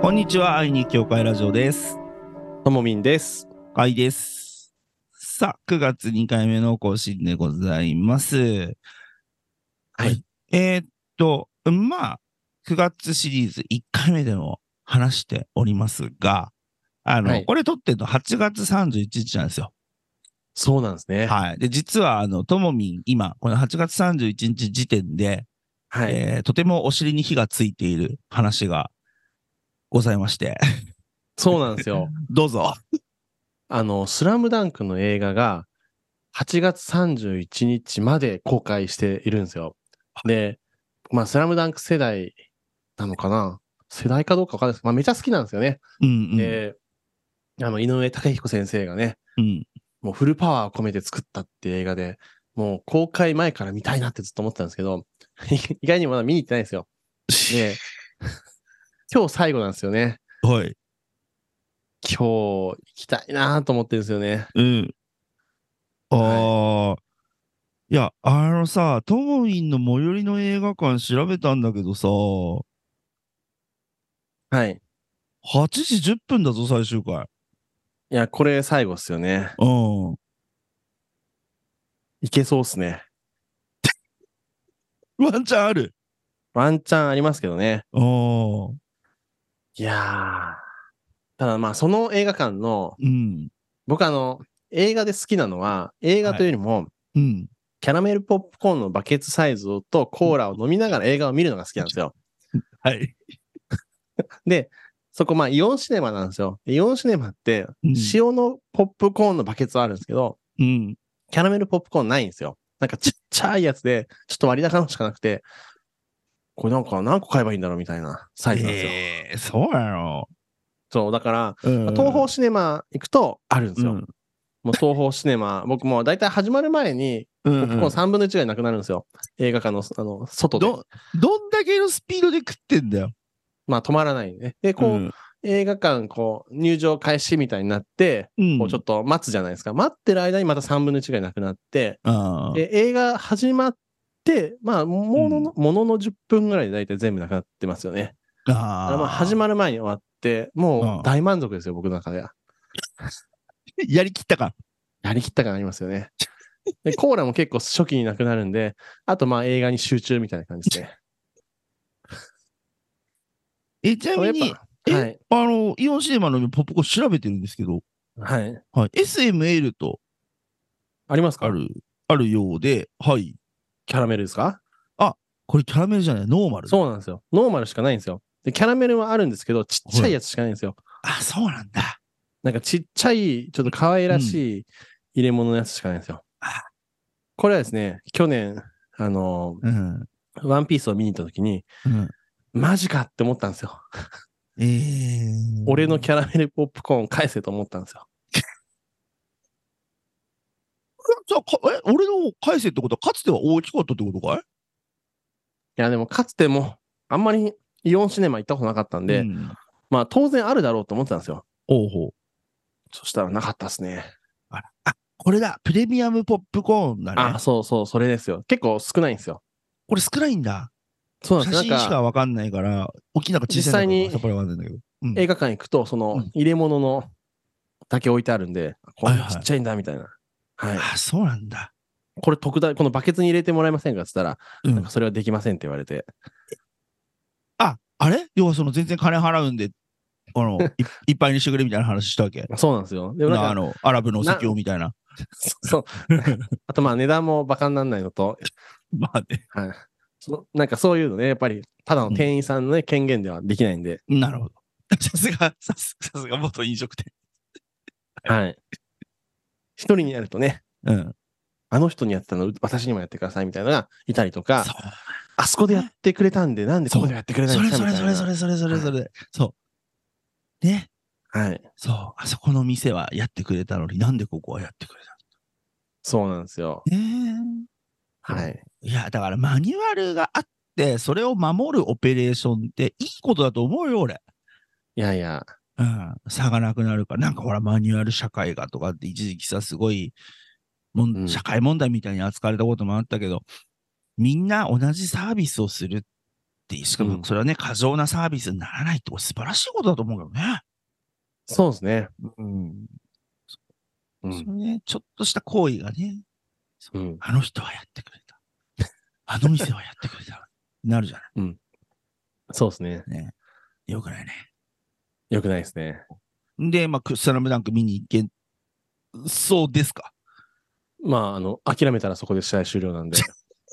こんにちは、愛に教会ラジオです。ともみんです。愛です。さあ、9月2回目の更新でございます。はい。えーっと、まあ、9月シリーズ1回目でも話しておりますが、あの、はいこれ撮ってんの8月31日なんですよ。そうなんですね。はい。で、実は、あの、ともみん、今、この8月31日時点で、はい。えーとてもお尻に火がついている話がございまして、そうなんです よ。どうぞ。あの、スラムダンクの映画が8月31日まで公開しているんですよ。で、まあ、スラムダンク世代なのかな世代かどうかわかんないですけど、まあ、めちゃ好きなんですよね。うんうん。で、あの、井上武彦先生がね、うんもうフルパワーを込めて作ったって映画で、もう公開前から見たいなってずっと思ってたんですけど、 意外にまだ見に行ってないん ですよ。で、今日最後なんですよね。はい。今日行きたいなと思ってるんですよね。うん。ああ、い、や、あのさ、トモミンの最寄りの映画館調べたんだけどさ、8はい。時10分だぞ、最終回。いや、これ最後っすよね。うん。いけそうっすね。ワンチャンある。ワンチャンありますけどね。うん。いやー。ただまあ、その映画館の、うん。僕あの、映画で好きなのは、映画というよりも、うん。キャラメルポップコーンのバケツサイズとコーラを飲みながら映画を見るのが好きなんですよ。はい。で、そこまあ、イオンシネマなんですよ。イオンシネマって、うん塩のポップコーンのバケツはあるんですけど、うん。キャラメルポップコーンないんですよ。なんかちっちゃいやつで、ちょっと割高のしかなくて、これなんか何個買えばいいんだろうみたいなサイズなんですよ。ええそうなの。そう、だから、うん東宝シネマ行くとあるんですよ。うんもう東宝シネマ、僕もう大体始まる前に、うんポうップんコーン3分の1ぐらいなくなるんですよ。映画館のあの外で。ど、どんだけのスピードで食ってんだよ。まあ止まらないね。で、こう、ん映画館、こう、入場開始みたいになって、うんこうちょっと待つじゃないですか。待ってる間にまた3分の1ぐらいなくなって、あーで映画始まって、まあ、ものの、ものの10分ぐらいで大体全部なくなってますよね。だあからまあ始ままる前に終わって、うもんう大満足ですよ、僕の中では。やりきったか。やりきった感あります よね。でコーラも結構初期になくなるんで、あとまあ映画に集中みたいな感じですね。え、ちなみに、やっぱはい。あの、イオンシネマのポップコーン調べてるんですけど、はい。はい、SML とありますかある、あるようで、はい。キャラメルですかこれキャラメルじゃない、ノーマル。う。そうなんですよ。ノーマルしかないんですよ。で、キャラメルはあるんですけど、ちっちゃいやつしかないんですよ。あ、そうなんだ。なんかちっちゃい、ちょっと可愛らしい入れ物のやつしかないんですよ。あこれはですね、去年、あのうん。ーワンピースを見に行った時に、うん。マジかって思ったんですよ。えー、俺のキャラメルポップコーン返せと思ったんですよ。じゃあかえ、俺の返せってことは、かつては大きかったってことかいいや、でもかつても、あんまりイオンシネマ行ったことなかったんで、うん、まあ当然あるだろうと思ってたんですよ。おうほう。そしたらなかったですね。あら、あ、これだ。プレミアムポップコーンだね。あ、そうそう、それですよ。結構少ないんですよ。これ少ないんだ。そうなん写です真なんしかかわかんないから、大きいなんか小さいのかさっぱりわかんないんだけど。うん映画館行くと、そのうん入れ物のだけ置いてあるんで、こんはないはいちっちゃいんだみたいな。はい。あ、そうなんだ。これ特大、このバケツに入れてもらえませんかって言ったら、うんなんかそれはできませんって言われて。あ、あれ要はその全然金払うんで、あ の、いいっぱいにしてくれみたいな話したわけ。そうなんですよ。でもななあんか、の、アラブのお席をみたいな。 そう。あとまあ値段もバカにならないのと、まあね。はい。そなんかそういうのね、やっぱり、ただの店員さんのね、権限ではできないんで、なるほど。 さすが、さすさすが元飲食店。はい。一人になるとね、うん。あの人にやってたの、私にもやってくださいみたいなのがいたりとか、そあそこでやってくれたんで、なんでここでやってくれうないそんでれすそかれみたいそなれそれそれそれそれ。そう。ね。はい。そう。あそこの店はやってくれたのになんでここはやってくれそうなんですよ。たねはい。えいや、だからマニュアルがあって、それを守るオペレーションっていいことだと思うよ、俺。いやいや、うん、差がなくなるから、なんかほら、マニュアル社会がとかって一時期さ、すごい、もんうん社会問題みたいに扱われたこともあったけど、みんな同じサービスをするっっていう、しかうもんそれはね、過剰なサービスにならないって、素晴らしいことだと思うけどね。そうですね。うん。うそん。のね、ちょっとした行為がね、うん。あの人はやってくれた。あの店はやってくれた。なるじゃなそうですね。い。ね。よくないね。よくないですね。で、まあ、くスラムダンク見に行け、そうですか。まあ、あの、諦めたらそこで試合終了な んで、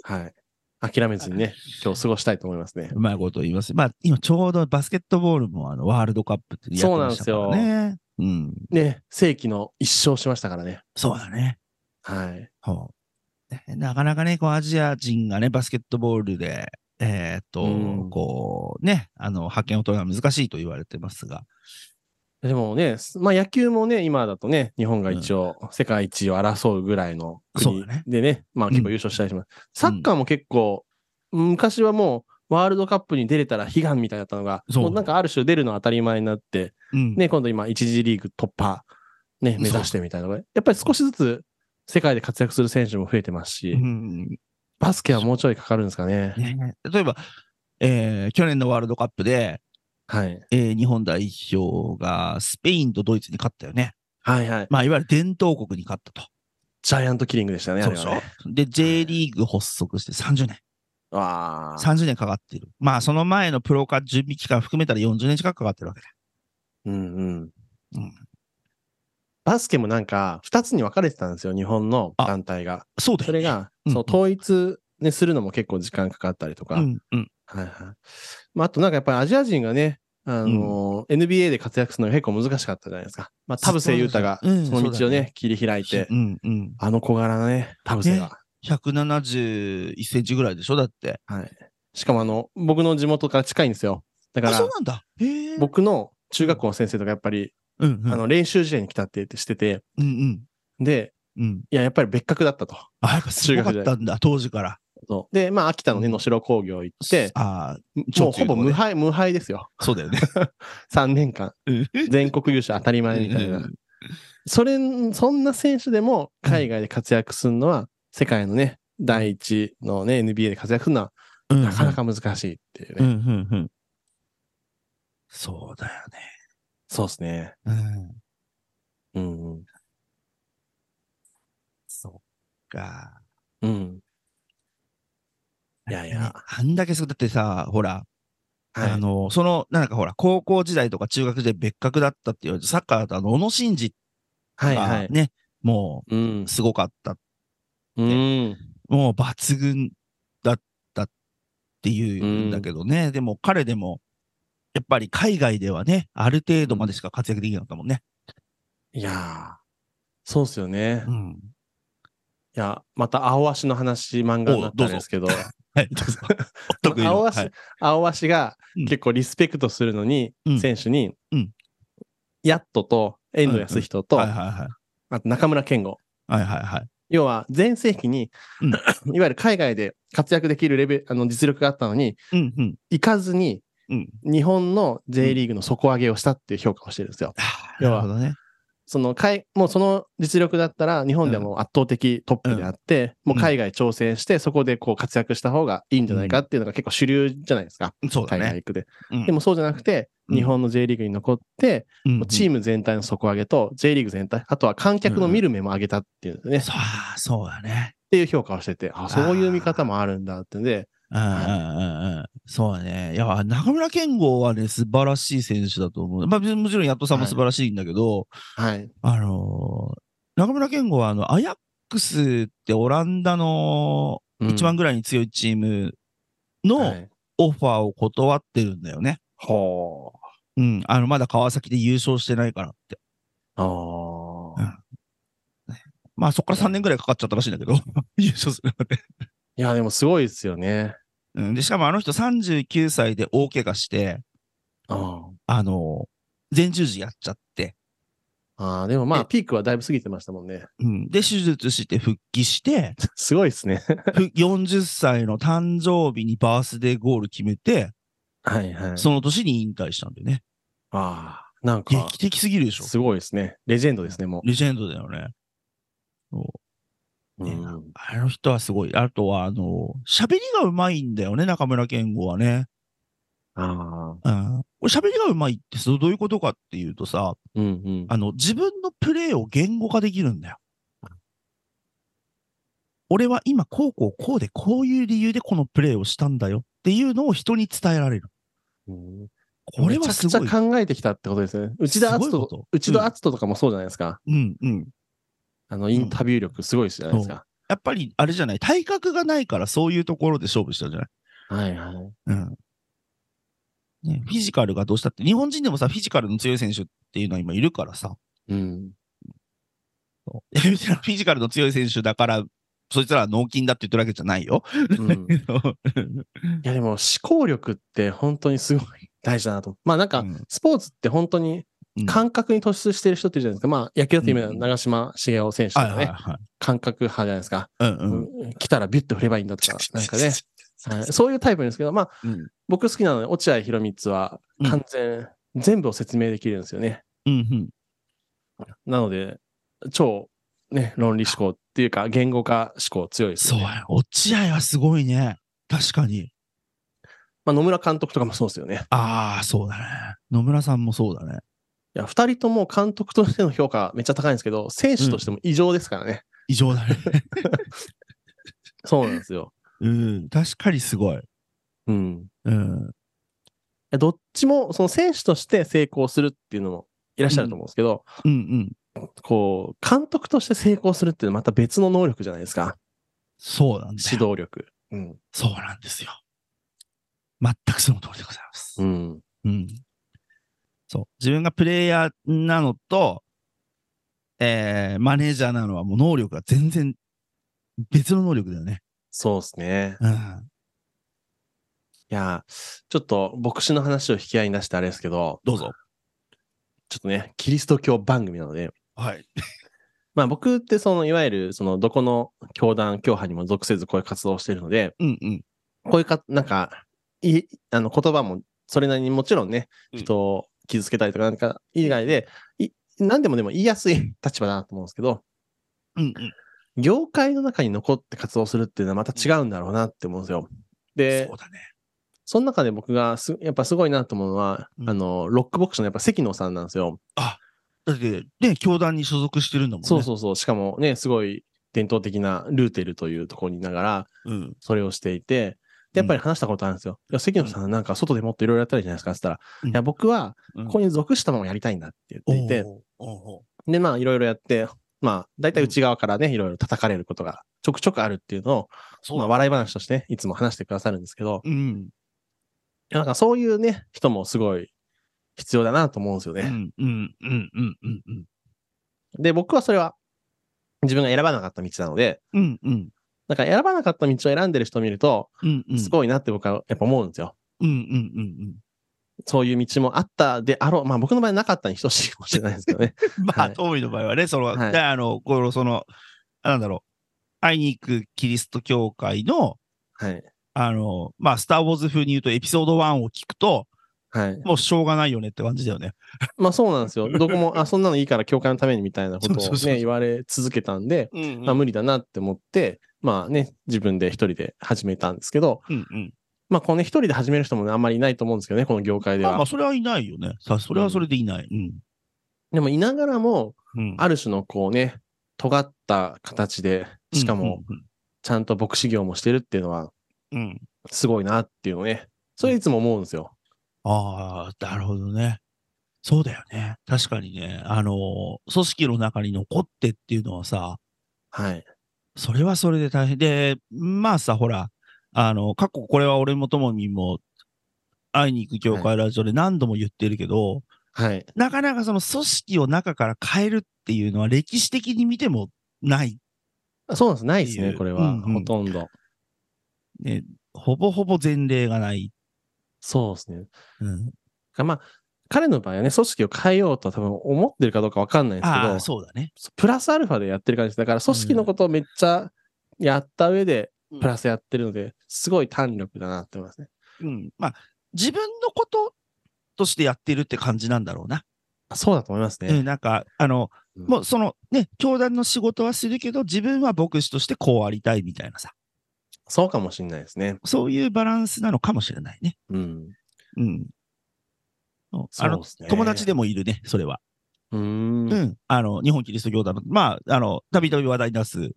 はい。諦めずにね、今日過ごしたいと思いますね。うまいこと言います。まあ、今ちょうどバスケットボールもあのワールドカップってやってましたからそうなね。うん。ね、世紀の一勝しましたからね。そうだね。はい。そうねなかなかね、こうアジア人がね、バスケットボールで、えーっと、うんこう、ね、あの、派遣を取るのは難しいと言われてますが、でもね、すまあ野球もね、今だとね、日本が一応世界一を争うぐらいのそ国うだねでね、まあ結構優勝したりします。サッカーも結構、昔はもうワールドカップに出れたら悲願みたいだったのが、そうもうなんかある種出るの当たり前になって、うん。ね、今度今、一次リーグ突破、ね、目指してみたいなのが、やっぱり少しずつ世界で活躍する選手も増えてますし、うん、バスケはもうちょいかかるんですかね。ね例えば、えー去年のワールドカップで、はい。えー日本代表がスペインとドイツに勝ったよね。はいはい。まあ、いわゆる伝統国に勝ったと。ジャイアントキリングでしたね、あそうれでしはねょ。で、J リーグ発足して30年。わあ。 30年かかってる。まあ、その前のプロ化準備期間含めたら40年近くかかってるわけだ。うんうんうん。バスケもなんか、二つに分かれてたんですよ、日本のあ団体が。そうだそよれね。が、うんそう、統一、ね、するのも結構時間かかったりとか。うん、うん。はいはい。まあ、あとなんかやっぱりアジア人がね、あのー NBA で活躍するのが結構難しかったじゃないですか。まあ、田臥勇太がそうんの道そうをだね、切り開いてう、ん、うん。あの小柄なね、田臥が。 171センチぐらいでしょだって。はい。しかもあの、僕の地元から近いんですよ。だかあ、そらう、なんだ。へえ。僕の中学校の先生とかやっぱり、うん、うん、あの、練習試合に来たって言ってしてて、うん、うん。で、うん。いや、やっぱり別格だったと。あ、やっぱすごかったんだ、当時から。そうで、まあ、秋田のね、うん能代工業行って、あもうほぼ無敗。敗、無敗ですよ。そうだ よね。 3年間。全国優勝当たり前みたいな。それ、そんな選手でも海外で活躍するのは、世界のね、第一のね、NBA で活躍するのは、うんなかなか難しいっていうね。うん、うん、うん。そうだよね。そうですね。うん。うんうん。そっか。うん。いやいや。あんだけすごいだってさ、ほら、はい、あの、その、なんかほら、高校時代とか中学時代別格だったって言われて、サッカーだとあの、小野伸二はがいね、はい。もうんう、。すごかったうん。もう抜群だったっていうんだけどね、でも彼でも、やっぱり海外ではね、ある程度までしか活躍できなかったもんね。いやーそうっすよね。ういん。や、また、青足の話、漫画になったんですけど、 はい、どうぞ。お得意の青足、はい青足がうん結構リスペクトするのに、うん選手に、うんヤットと遠藤康人と、はいはいはい。あと中村健吾。はいはいはい。要は、全盛期に、うん いわゆる海外で活躍できるレベル、あの、実力があったのに、うんうん。行かずに、うん。日本の J リーグの底上げをしたっていう評価をしてるんですよ。あー要なはるほどね。その海、もうその実力だったら、日本でも圧倒的トップであって、んもう海外挑戦して、そこでこう活躍した方がいいんじゃないかっていうのが結構主流じゃないですか。そうだ海外ね。行くで。うんでもそうじゃなくて、うん日本の J リーグに残って、もうチーーム全体の底上げと J リーグ全体、あとは観客の見る目も上げたっていうね、っそうあーそうだね。ていう評価をしてて、あ、そういう見方もあるんだってんで、うんうんうんうん。そうね。いや、中村健吾はね、素晴らしい選手だと思う。まあ、もちろん、やっとさんも素晴らしいんだけど、はい。あのー中村健吾はあの、アヤックスってオランダのうん一番ぐらいに強いチームのはいオファーを断ってるんだよね。ほうん。あの、まだ川崎で優勝してないからって。う。あうんあ。まあ、そこから3年ぐらいかかっちゃったらしいんだけど、 優勝するまで。いや、でもすごいですよね。うん。で、しかもあの人39歳で大怪我して、ああのー前十字やっちゃって、あー。でもまあ、えピークはだいぶ過ぎてましたもんね。うん。で、手術して復帰して、 すごいですね。ふ40歳の誕生日にバースデーゴール決めて、はいはい。その年に引退したんだよね。ああ、なんか、劇的すぎるでしょ。すごいですね。レジェンドですね、もレジェンドだよね。そうう。ねうんあの人はすごい。あとは、あの、喋りがうまいんだよね、中村健吾はね。ああ。うん、俺喋りがうまいってそうどういうことかっていうとさ、うんうん。あの、自分のプレーを言語化できるんだよ。俺は今こうこうこうでこういう理由でこのプレーをしたんだよっていうのを人に伝えられる。うんこれはすごいめちゃく。ちゃ考えてきたってことですね。内田篤すごいこ人と、内田篤人とかもそうじゃないですか。うんうん。あの、インタビュー力すごいじゃないですか。やっぱりあれじゃない、体格がないからそういうところで勝負したじゃない。はいはい。うん。ね、フィジカルがどうしたって、日本人でもさ、フィジカルの強い選手っていうのは今いるから さ、うん。いや別にフィジカルの強い選手だから、そいつらは脳筋だって言ってるわけじゃないよ。うん いやでも思考力って本当にすごい大事だなと。まあなんうかんスポーツって本当にうん感覚に突出してる人っているじゃないですか。まあ野球だと今うのん長嶋茂雄選手とはいかはいね、はい。感覚派じゃないですか。うんうん。うん来たらビュッと振ればいいんだとか、なんかね、はいそういうタイプなんですけど、まあうん僕好きなのは落合博満は完全、全部を説明できるんですよね。うんうん。なので、超ね、論理思考っていうか言語化思考強いですそようね。や、落合はすごいね。確かに。まあ野村監督とかもそうですよね。ああ、そうだね。野村さんもそうだね。いや、二人とも監督としての評価めっちゃ高いんですけど、選手としても異常ですからね。異常だね。 そうなんですよ。うん、確かにすごい。うん。うん。どっちも、その選手として成功するっていうのもいらっしゃると思うんですけど、うんうん。こう、監督として成功するっていうのはまた別の能力じゃないですか。そうなんです指導力。うん。そうなんですよ。全くその通りでございますう。ん。うん。そう。自分がプレイヤーなのと、えー、マネージャーなのはもう能力が全然別の能力だよね。そうですね。うん。いや、ちょっと牧師の話を引き合いに出してあれですけど、どうぞ。ちょっとね、キリスト教番組なので、はい。まあ僕ってその、いわゆる、その、どこの教団、教派にも属せずこういう活動をしているので、うんうん。こういうか、なんか、いあの言葉もそれなりにもちろんね、うん人を傷つけたりとかなんか以外で、い何でもでも言いやすい立場だなと思うんですけど、うんうん。業界の中に残って活動するっていうのはまた違うんだろうなって思うんですよ。でそう、だね。その中で僕がすやっぱすごいなと思うのは、うんあの、ロックボックスのやっぱ関野さんなんですよ。だって、ね、教団に所属してるんだもんね。そうそうそう。しかもね、すごい伝統的なルーテルというところにいながら、う。うん。それをしていて、でやっぱり話したことあるんですよ。いや関野さんなんか外でもっといろいろやったらいいじゃないですかって言ったら、うんいや、僕はうんここに属したままやりたいんだって言っていて、おうおうおうで、まあ、いろいろやって、まあ、大体内側からね、いろいろ叩かれることがちょくちょくあるっていうのそを、まあ、だ笑い話としてね、いつも話してくださるんですけど、うん。いやなんかそういうね、人もすごい必要だなと思うんですようね。んうんうんうんうんうん。で、僕はそれは自分が選ばなかった道なので、うんうん。なんか選ばなかった道を選んでる人を見ると、うんうん。すごいなって僕はやっぱ思うんですよ。うんうんうんそういう道もあったであろう。まあ僕の場合なかったに等しいかもしれないですけ どね。うん。まはあ、いトミーの場合はね、その、はいであの、この、その、なんだろう、会いに行くキリスト教会の、はい。あの、まあ、スター・ウォーズ風に言うと、エピソード1を聞くと、はい。もうしょうがないよねって感じだよね。まあそうなんですよ。どこも、あ、そんなのいいから教会のためにみたいなことそうをそうそうそうね、言われ続けたんで、うんまあ無理だなって思って、まあね、自分で一人で始めたんですけど、うんうん。まあこのね一人で始める人もね、あんまりいないと思うんですけどね、この業界でまあまはあ、。それはいないよね。さそれはそれでいない。うん。でもいながらも、うん。ある種のこうね、尖った形で、しかも、ちゃんと牧師業もしてるっていうのは、うん。うん。うんすごいなっていうのをね、それいつも思うんですよ。ああ、なるほどね。そうだよね。確かにね。あのー、組織の中に残ってっていうのはさ、はい。それはそれで大変で、まあさ、ほら、あの、過去これは俺もともみんも、会いに行く教会ラジオで何度も言ってるけど、はい。なかなかその組織を中から変えるっていうのは歴史的に見てもない。あそうなんです。ないですっね、ていうこれは。うんうんほとんど。ね、ほぼほぼ前例がない。そうですね。うん、まあ、彼の場合はね、組織を変えようとは多分思ってるかどうかわかんないんですけあどあ、、そうだね。プラスアルファでやってる感じですだから、組織のことをめっちゃやった上で、うんプラスやってるので、すごい単力だなって思いますね。うん。まあ、自分のこととしてやってるって感じなんだろうな。あそうだと思いますうん、ね。なんか、あの、うんもうそのね、教団の仕事はするけど、自分は牧師としてこうありたいみたいなさ、そうかもしれないですね。そういうバランスなのかもしれないね。うん。うん。あの、ですね友達でもいるね、それは。うーんう。ん。あの、日本キリスト教団の、まあ、あの、たびたび話題に出す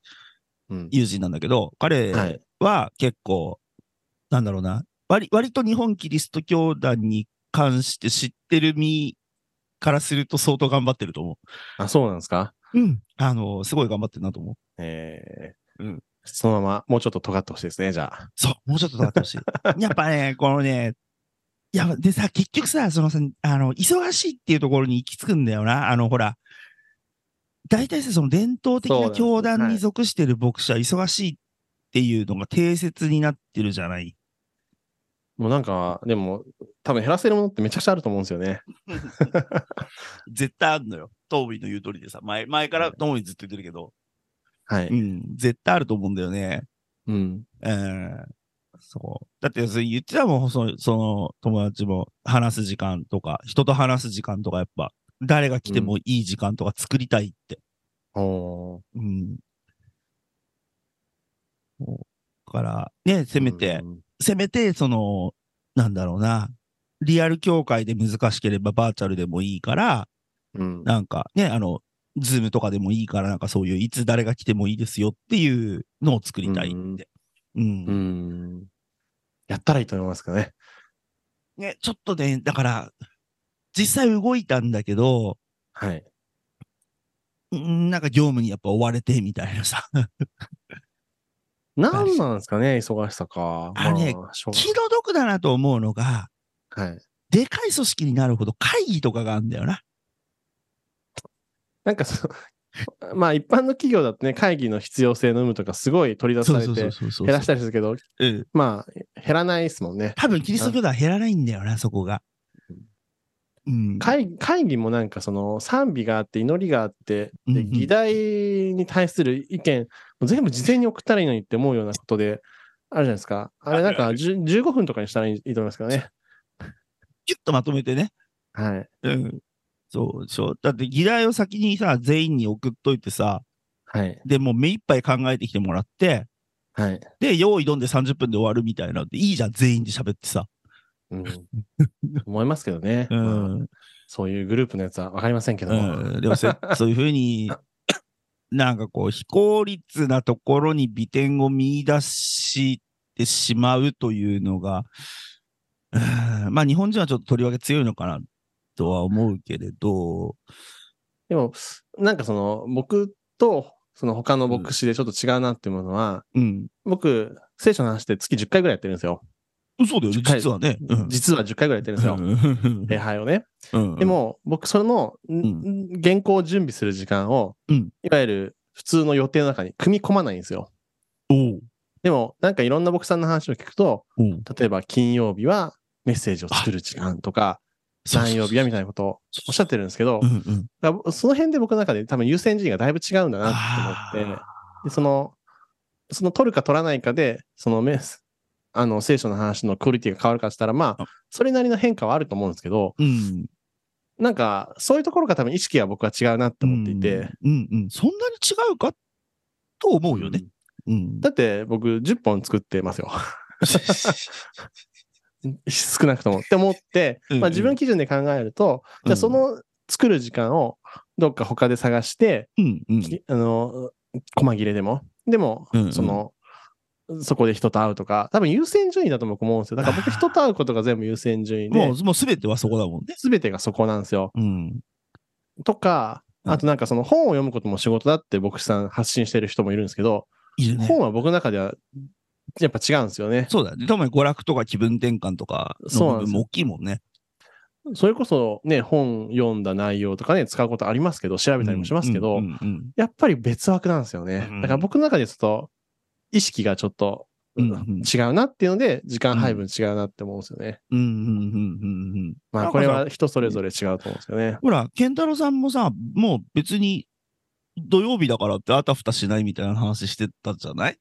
うん友人なんだけど、彼はい。は結構、なんだろうな、割割と日本キリスト教団に関して知ってる身からすると相当頑張ってると思あ、そうなんですかう。うん。あの、すごい頑張ってるなと思う。えーうんそのまま、もうちょっと尖ってほしいですね、じゃあ。そう、もうちょっと頑張ってほし い。やっぱね、このね、いや、でさ、結局さ、そのさ、あの、忙しいっていうところに行き着くんだよな。あの、ほら、大体さ、その伝統的そうなんなです教団はにい属してる牧師は忙しいっていうのが定説になってるじゃない。もうなんか、でも、多分減らせるものってめちゃくちゃあると思うんですよね。絶対あるのよ。トービーの言う通りでさ、前前からトービーずっと言ってるけど、はうい。ん、絶対あると思うんだよね。うん。うん。そう。だって、それ言ってたもん、その、その友達も話す時間とか、人と話す時間とか、やっぱ、誰が来てもいい時間とか作りたいって。おーうん。そうだから、ね、せめて、うんせめて、その、なんだろうな、リアル協会で難しければバーチャルでもいいから、うん。なんかね、あの、ズームとかでもいいから、なんかそういう、いつ誰が来てもいいですよっていうのを作りたいって。うんうん。やったらいいと思いますけどね。ね、ちょっとね、だから、実際動いたんだけど、はい。うんなんか業務にやっぱ追われてみたいなさ、なんなんですかね、忙しさか。あれまあ、しょう気の毒だなと思うのが、はい。でかい組織になるほど会議とかがあるんだよな。なんかその、 まあ一般の企業だとね、会議の必要性の有無とかすごい取り出されて、そうそ減らしたりするけど、うん。まあ減らないですもんね。多分キリスト教では減らないんだよな、そこが。うん。会会議もなんかその賛美があって祈りがあってうんうでん議題に対する意見もう全部事前に送ったらいいのにって思うようなことであるじゃないですかあれなんか10 15分とかにしたらいいいいと思いますけどねキュッとまとめてね。はいうん。そうでしょ。だって議題を先にさ、全員に送っといてさ、はいで、もう目いっぱい考えてきてもらって、はい、で、用意どんで30分で終わるみたいなのっていいじゃん、全員で喋ってさ。 うん、思いますけどね、うまあん。そういうグループのやつは分かりませんけども、うん、でも せそういうふうに、なんかこう、非効率なところに美点を見出してしまうというのが、うんまあ日本人はちょっととりわけ強いのかなとは思うけれど、でもなんかその僕とその他の牧師でちょっと違うなって思うのは、うん。僕聖書の話って月10回ぐらいやってるんですよ、そうだよね、はい実はね。うん実は10回ぐらいやってるんですよ、うん礼拝をねうんでも、僕、その、んん原稿を準備する時間を、うんいわゆる普通の予定の中に組み込まないんですよ。おうでも、なんかいろんな僕さんの話を聞くと、おう例えば金曜日はメッセージを作る時間とか、何曜日はみたいなことをおっしゃってるんですけどう、んうんだからその辺で僕の中で多分優先順位がだいぶ違うんだなって思ってあ、でその、その取るか取らないかで、そのメス、あの、聖書の話のクオリティが変わるかしたら、まああ、それなりの変化はあると思うんですけど、ーうん。なんか、そういうところが多分意識は僕は違うなって思っていて、うんうん。そんなに違うかと思うよね。うん。だって僕10本作ってますよ。 少なくともって思って、うんうんまあ、自分基準で考えると、じゃあその作る時間をどっか他で探して、うん うん。きあの、細切れでも、でもうんう、んその、そこで人と会うとか、多分優先順位だと僕思うんですよ。だから僕あー人と会うことが全部優先順位もで、う、もうすべてはそこだもんね。全てがそこなんですよ。うん。とか、うんあとなんかその本を読むことも仕事だって牧師さん発信してる人もいるんですけど、いるね。本は僕の中ではやっぱ違うんですよね。そうだね。特に娯楽とか気分転換とかそのうなん部で分すよも大きいもんね。それこそね、本読んだ内容とかね、使うことありますけど、調べたりもしますけど、うんうんやっぱり別枠なんですよね。うんだから僕の中でちょっと、意識がちょっと、うんうん違うなっていうので、時間配分違うなって思うんですよね。うんうんうんうんうんうん。まあ、これは人それぞれ違うと思うんですよね。ほら、健太郎さんもさ、もう別に土曜日だからってあたふたしないみたいな話してたじゃない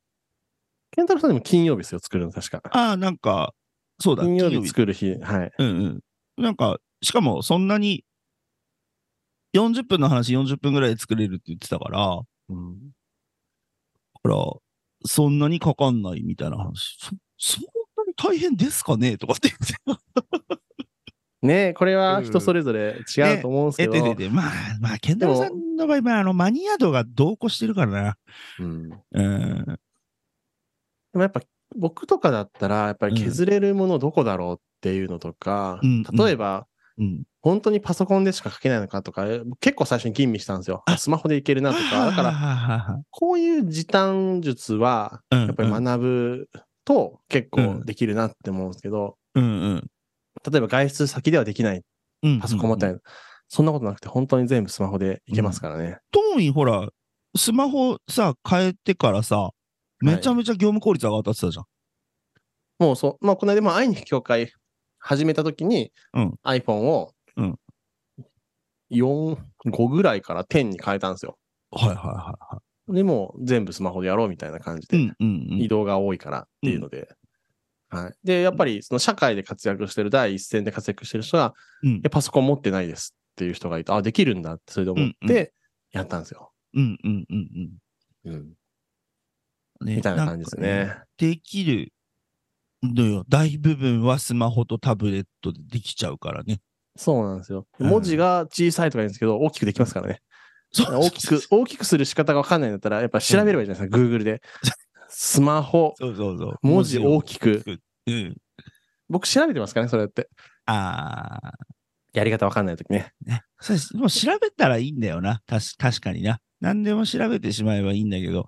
健太郎さんでも金曜日ですよ、作るの確か。ああ、なんか、そうだ、金曜日作る日、はい。うんうん。なんか、しかもそんなに40分の話40分ぐらいで作れるって言ってたから、うんほら、そんな にかかんないみたいな話。そ、そんなに大変ですかねとかって言って。ねこれは人それぞれ違うと思うんですえけど、ででで、まあ、まあ、ケンタロウさんの場合、まあ、あの、マニア度が同行してるからな。うん、でうん。もやっぱ僕とかだったらやっぱり削れるものどこだろうっていうのとか、うん例えばうん。本当にパソコンでしか書けないのかとか結構最初に吟味したんですよスマホでいけるなとかだはからはははこういう時短術はうんやっぱり学ぶと結構できるなって思うんですけど、うんうん例えば外出先ではできないうん。パソコン持ったい。り、そんなことなくて本当に全部スマホでいけますからね。トーンほら、スマホさ、変えてからさ、めちゃめちゃ業務効率上がったって言ってたじもうそう、まあ、この間も会いに行く協会始めた時に、うん iPhone をうん4、5ぐらいから10に変えたんですよ。ゃん。はいはいはでもう全部スマホでやろうみたいな感じい。うで、んうんうん。移動が多いからっていうので。はい、で、やっぱりその社会で活躍してる、第一線で活躍してる人が、うんいやパソコン持ってないですっていう人がいて、あ、できるんだってそれで思うっんうてやったんですよ。うんうんうんうんうん。ねみたいな感じです。んねか。できるのよ。大部分はスマホとタブレットでできちゃうからね。そうなんですよ。うん文字が小さいとか言うんですけど、大きくできますからね。そう大き く、大きくする仕方が分かんないんだったら、やっぱ調べればいいじゃないですか、Google で。スマホ、そうそうそう。文字大きく。く。うん。僕調べてますからね、それって。ああ。やり方分かんないときね。ね。そうです。もう調べたらいいんだよな。たし確かにな。何でも調べてしまえばいいんだけど。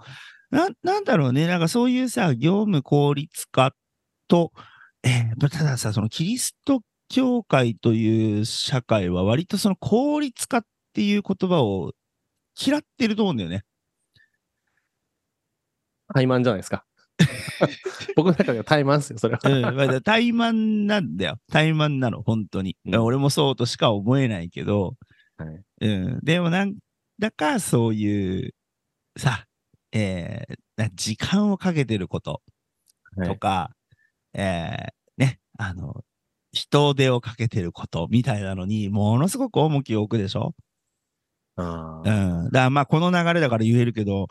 な、なんだろうね。なんかそういうさ、業務効率化と、えーたださ、そのキリスト教会という社会は割とその効率化っていう言葉を嫌ってると思うんだよね。怠慢じゃない ですか。僕の中では怠慢ですよ、そ れは。うん、まあ、だ怠慢なんだよ。怠慢なの、本当に。うん俺もそうとしか思えないけど、はいうん、でもなんだかそういう、さ、えーな時間をかけてることとか、えーね、あの、人手をかけてることみたいなのに、ものすごく重きを置くでしょあうーん。だからまあ、この流れだから言えるけど、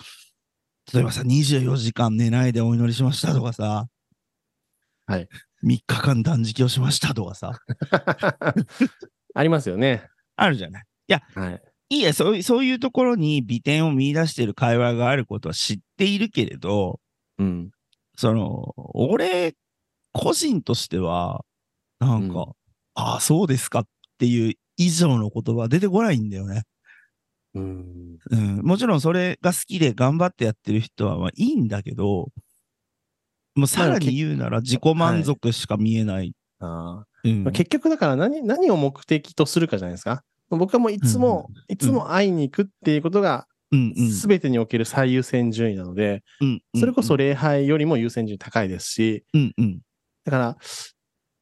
例えばさ、24時間寝ないでお祈りしましたとかさ、はい。 3日間断食をしましたとかさ、 ありますよね。あるじゃない。はい。いいや、そういそういうところに美点を見出している会話があることは知っているけれど、うん。その、俺、個人としては、なんか、うああ、そうですかっていう以上の言葉は出てこないんだよね。うん。うん、もちろんそれが好きで頑張ってやってる人はまあいいんだけど、もうさらに言うなら自己満足しか見えない。あうんー結局だから何、何を目的とするかじゃないですか。僕はもういつも、いつも会いに行くっていうことがうんうんすべてにおける最優先順位なので、うんうんそれこそ礼拝よりも優先順位高いですし、うんうん、だから、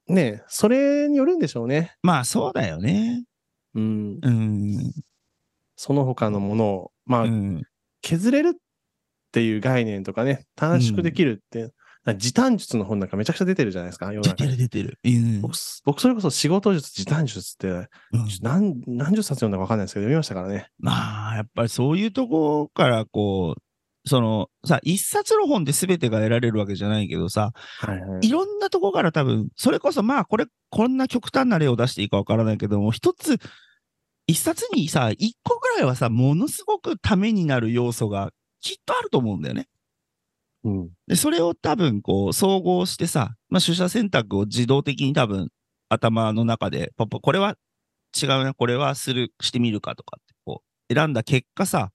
ねえ、それによるんでしょうね。まあそうだよね。うん。うん。その他のものを、まあ、うん削れるっていう概念とかね、短縮できるって、だから時短術の本なんかめちゃくちゃ出てるじゃないですか、世の出中てにる出てる。うん僕、僕それこそ仕事術、時短術って、うん何、何十冊読んだか分かんないですけど、読みましたからね。まあ、やっぱりそういうとこから、こう、その、さ、一冊の本で全てが得られるわけじゃないけどさ、はいはいろんなとこから多分、それこそまあ、これ、こんな極端な例を出していいかわからないけども、一つ、一冊にさ、一個ぐらいはさ、ものすごくためになる要素がきっとあると思うんだよね。うん。で、それを多分、こう、総合してさ、まあ、取捨選択を自動的に多分、頭の中で、パパ、これは違うな、これはする、してみるかとかって、こう、選んだ結果さ、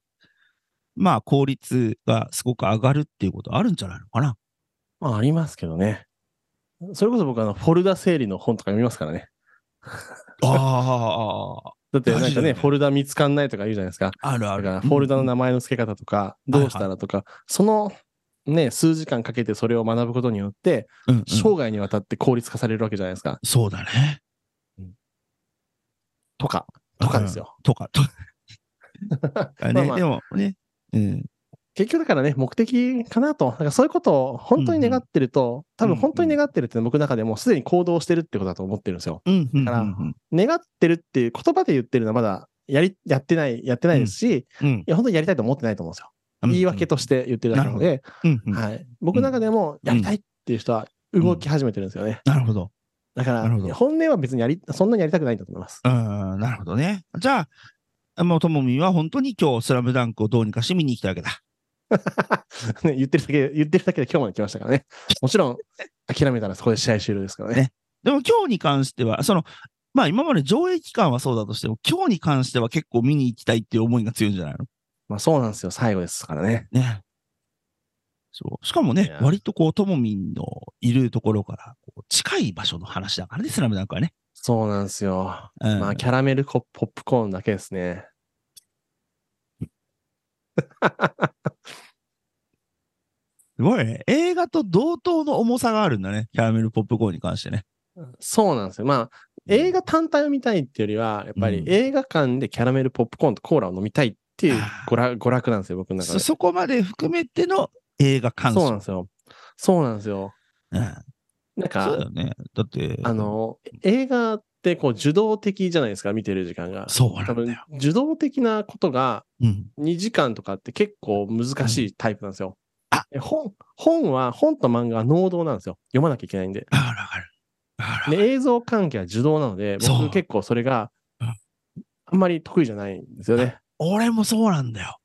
まあ、効率がすごく上がるっていうことあるんじゃないのかな。まあ、ありますけどね。それこそ僕、あの、フォルダ整理の本とか読みますからね。あだってなん大事かだよねね、フォルダ見つかんないとか言うじゃないですか。あ、あるあだる。からフォルダの名前の付け方とか、んうんどうしたらとか、そのね、数時間かけてそれを学ぶことによって、うんうん生涯にわたって効率化されるわけじゃないですか。そうだね。とか、とかですよ。とか、と かまあね。まあでもね、うん。結局だからね、目的かなと。だからそういうことを本当に願ってると、多分本当に願ってるっていうのは僕の中でもうすでに行動してるってことだと思ってるんですよ。うん、うん、だからうん願ってるっていう言葉で言ってるのはまだやり、やってない、やってないですし、いうん。や、本当にやりたいと思ってないと思うんですよ。うん言い訳として言ってるだけなので、うんうんはい、僕の中でもやりたいっていう人は動き始めてるんですよね。なるほど。だかなるほどら、本音は別にやり、そんなにやりたくないんだと思います。 うん、なるほどね。じゃあ、もうともみんは本当に今日、スラムダンクをどうにかして見に行きたいわけだ。ね、言ってるだけ、言ってるだけで今日まで来ましたから ね。もちろん、諦めたらそこで試合終了ですからね。ねでも今日に関しては、その、まあ今まで上映期間はそうだとしても、今日に関しては結構見に行きたいっていう思いが強いんじゃないのまあそうなんですよ。最後ですからね。ね。そう。しかもいねや、割とこう、ともみんのいるところから、こう近い場所の話だからね、スラムダンクはね。そうなんですよ。うん、まあ、キャラメルコポップコーンだけですね。すごいね。映画と同等の重さがあるんだね。キャラメルポップコーンに関してね。そうなんですよ。まあ、映画単体を見たいっていうよりは、やっぱうりん映画館でキャラメルポップコーンとコーラを飲みたいっていう娯楽娯楽なんですよ、僕の中そ、で。そこまで含めての映画鑑そうな賞。んですよ。そうなんですよ。うんそうなんだか、よね。だって、あ、の、映画ってこう、受動的じゃないですか、見てる時間が。そうな多んだ分よ。、受動的なことがうん。 2時間とかって結構難しいタイプなんですよ。あえ本、本は、本と漫画は能動なんですよ。読まなきゃいけないんで。わかるわかる。わかるわかる。で、映像関係は受動なので、そう僕結構それがうん、あんまり得意じゃないんですよね。俺もそうなんだよ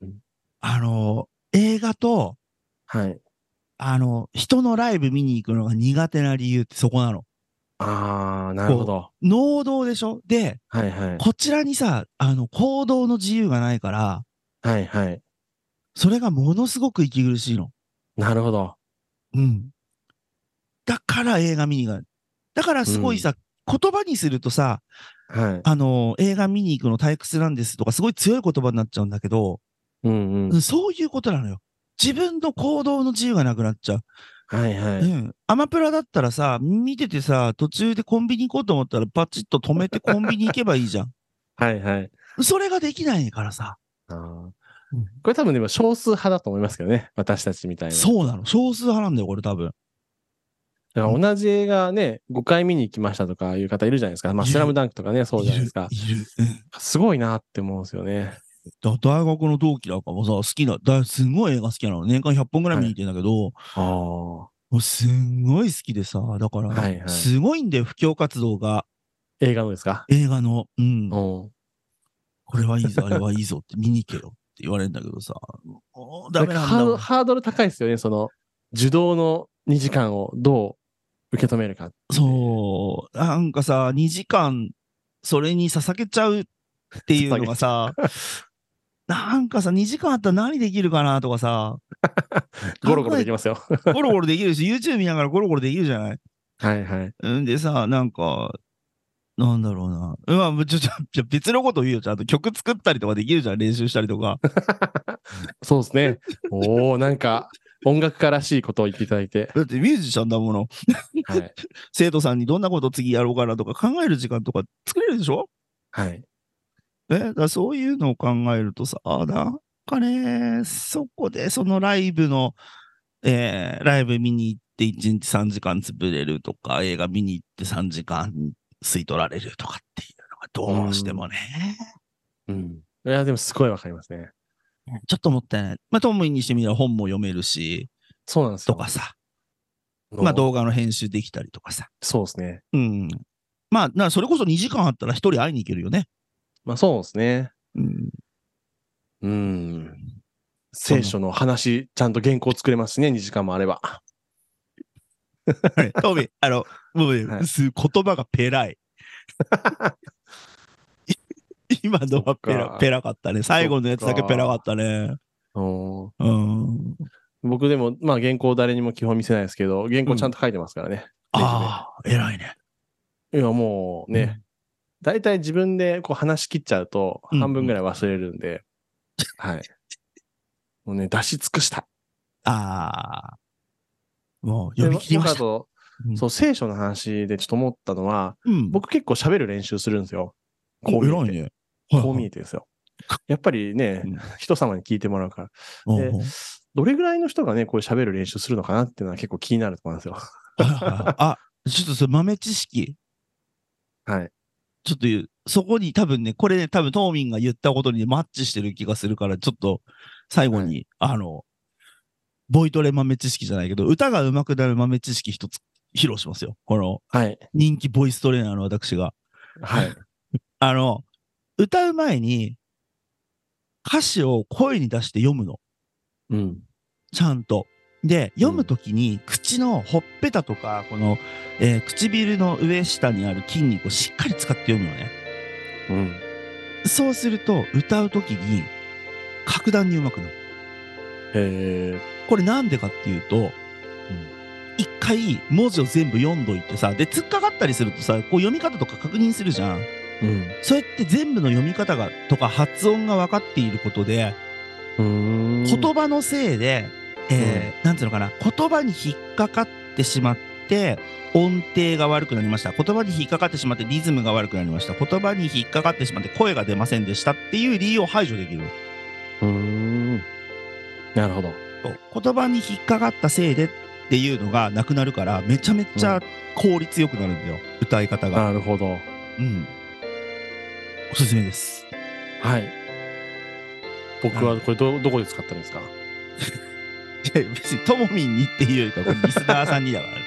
うん。あの、映画と、はい。あの、人のライブ見に行くのが苦手な理由ってそこなの。ああ、なるほど。能動でしょで、はいはい。こちらにさ、あの、行動の自由がないから、はいはい。それがものすごく息苦しいの。なるほど。うん。だから映画見に行かない。だからすごいさ、言葉にするとさ、はい。あの、映画見に行くの退屈なんですとか、すごい強い言葉になっちゃうんだけど、うんうんう。んそういうことなのよ。自分の行動の自由がなくなっちゃう。はいはうい。ん。アマプラだったらさ、見ててさ、途中でコンビニ行こうと思ったら、パチッと止めてコンビニ行けばいい じゃん。はいはい。それができないからさ。あーこれ多分でも少数派だと思いますけどね。私たちみたいな。そうなの。少数派なんだよ、これ多分。だから同じ映画ね、5回見に行きましたとかいう方いるじゃないですか。まあ、いるスラムダンクとかね、そうじゃないですか。いる。いるうんすごいなって思うんですよね。だ大学の同期なんかもさ、好きな、だすごい映画好きなの。年間100本ぐらい見に行ってんだけど、ああ。もうすんごい好きでさ、だから、はいはいすごいんだよ、布教活動が。映画のですか映画の、うん。うん。これはいいぞ、あれはいいぞって、 見に行けよって言われるんだけどさ、おーダメなんハだーもドん。ハードル高いですよね。その、受動の2時間をどう受け止めるか。そう、なんかさ、2時間、それに捧げちゃうっていうのがさ、なんかさ、2時間あったら何できるかなとかさ、 ゴロゴロできる。ますよ。ゴロゴロできるし、YouTube 見ながらゴロゴロできるじゃないはいはい。 うんでさ、なんか、なんだろうな。うわ、もうちょ、ちょ、ちょ別のこと言うよ。ちゃんと曲作ったりとかできるじゃん。練習したりとか。 そうですね。おおなんか、音楽家らしいことを言っていただいて。だってミュージシャンだもの。はい。生徒さんにどんなこと次やろうかなとか考える時間とか作れるでしょはい。え、だからそういうのを考えるとさ、あなんかね、そこでそのライブの、えーライブ見に行って1日3時間潰れるとか、映画見に行って3時間吸い取られるとかっていうのがどうしてもね。うん。いや、でもすごいわかりますね。ちょっともったいない。まあ、トムインにしてみれば本も読めるし、そうなんですとよ。かさ、あのまあ、動画の編集できたりとかさ。そうですね。うん。まあ、なそれこそ2時間あったら1人会いに行けるよね。まあ、そうですね。うん。うん。聖書の話、ちゃんと原稿作れますしね、2時間もあれば。はい トミー、あの、もうね、はいす言葉がペラ い。今のはペそっラかペラかったね。最後のやつだけペラかったね。おーうん。僕でも、まあ、原稿誰にも基本見せないですけど、原稿ちゃんと書いてますからね。ああ、偉いね。いや、もうね、大体自分でこう話し切っちゃうと、うん半分ぐらい忘れるんで、はい。もうね、出し尽くした。ああ。もう読み切りましでた。僕あうと、んそう、聖書の話でちょっと思ったのは、うん、僕結構喋る練習するんですよ。こおう見え偉ていね。こう見えてですよ。やっぱりねうん、人様に聞いてもらうから、はいてうんうんどれぐらいの人がね、こう喋る練習するのかなっていうのは結構気になると思うんですよ。はいはいはい あ、ちょっとそれ豆知識。はい。ちょっと言う、そこに多分ね、これね、多分トーミンが言ったことにねマッチしてる気がするから、ちょっと最後に、はあの、ボイトレ豆知識じゃないけど、歌が上手くなる豆知識一つ披露しますよ。このはい。人気ボイストレーナーの私が。はい。あの、歌う前に歌詞を声に出して読むの。 うん。ちゃんと。で、読むときに口のほっぺたとか、この、えー唇の上下にある筋肉をしっかり使って読むのね。うん。そうすると、歌うときに格段に上手くなる。えこれなんでかっていうと、一回文字を全部読んどいてさ、で、突っかかったりするとさ、こう読み方とか確認するじゃん。ー、そうやって全部の読み方が、とか発音が分かっていることで、うん。うーん。言葉のせいで、えーなんていうのかな、言葉に引っかかってしまって、音程が悪くなりました。言葉に引っかかってしまってリズムが悪くなりました。言葉に引っかかってしまって声が出ませんでしたっていう理由を排除できる。うーん。なるほど。そう言葉に引っかかったせいでっていうのがなくなるから、めちゃめちゃ効率よくなるんだよ。歌い方が。なるほど。うん。おすすめです。はい。僕はこれど、どこで使ったんですかいや別にともみんにっていうよりかはこれリスナーさんにだ から、ね、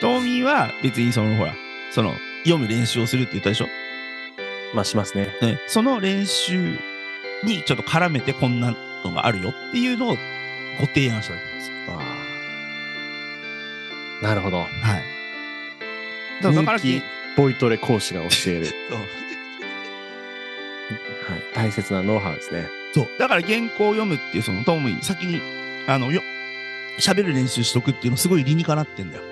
ともみんは別にそのほらその読む練習をするって言ったでしょ、まあ、しますね。ね、その練習にちょっと絡めてこんなのがあるよっていうのをご提案したわけですあーなるほど。はいだからだから人気ボイトレ講師が教 える。そうはい。大切なノウハウですね。そうだから原稿を読むっていうそのともみん先にあのよ喋る練習しとくっていうのすごい理にかなってんだよ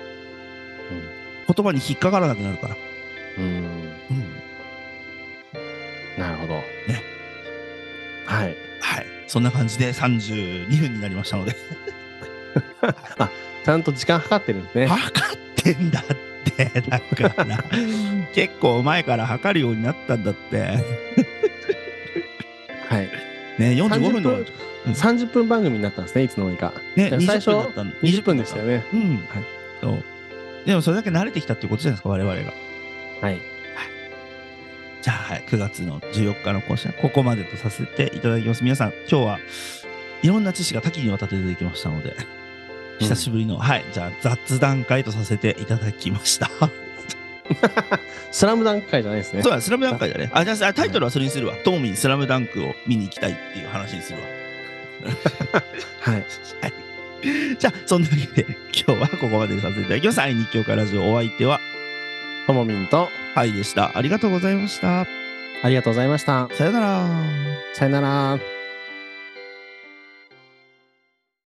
言葉に引っかからなくなるからうん。うん。うんなるほど。ね。はい。はいそんな感じで32分になりましたので ちゃんと時間計ってるんですね。測ってんだってだから 結構前から測るようになったんだってはい。ね45分の3030分番組になったんですね、いつの間にか。ね最20初分だったの20分でしたよねね。うん、はいそうでもそれだけ慣れてきたっていうことじゃないですか我々がはい。じゃあ、はい、9月の14日の講師はここまでとさせていただきます皆さん今日はいろんな知識が多岐にわたって出てきましたのでうん久しぶりの、はいじゃあ雑談会とさせていただきましたスラムダンク会じゃないですねそ。うだ、スラムダンク会だね。あ、じゃああ、タイトルはそれにするわ。トモミン、スラムダンクを見に行きたいっていう話にするわ。はい。じゃあ、そんなわけで、 今日はここまでにさせていただきます。愛日教会ラジオ、お相手は、ともみんと、はいでした。ありがとうございました。ありがとうございました。さよなら。さよなら。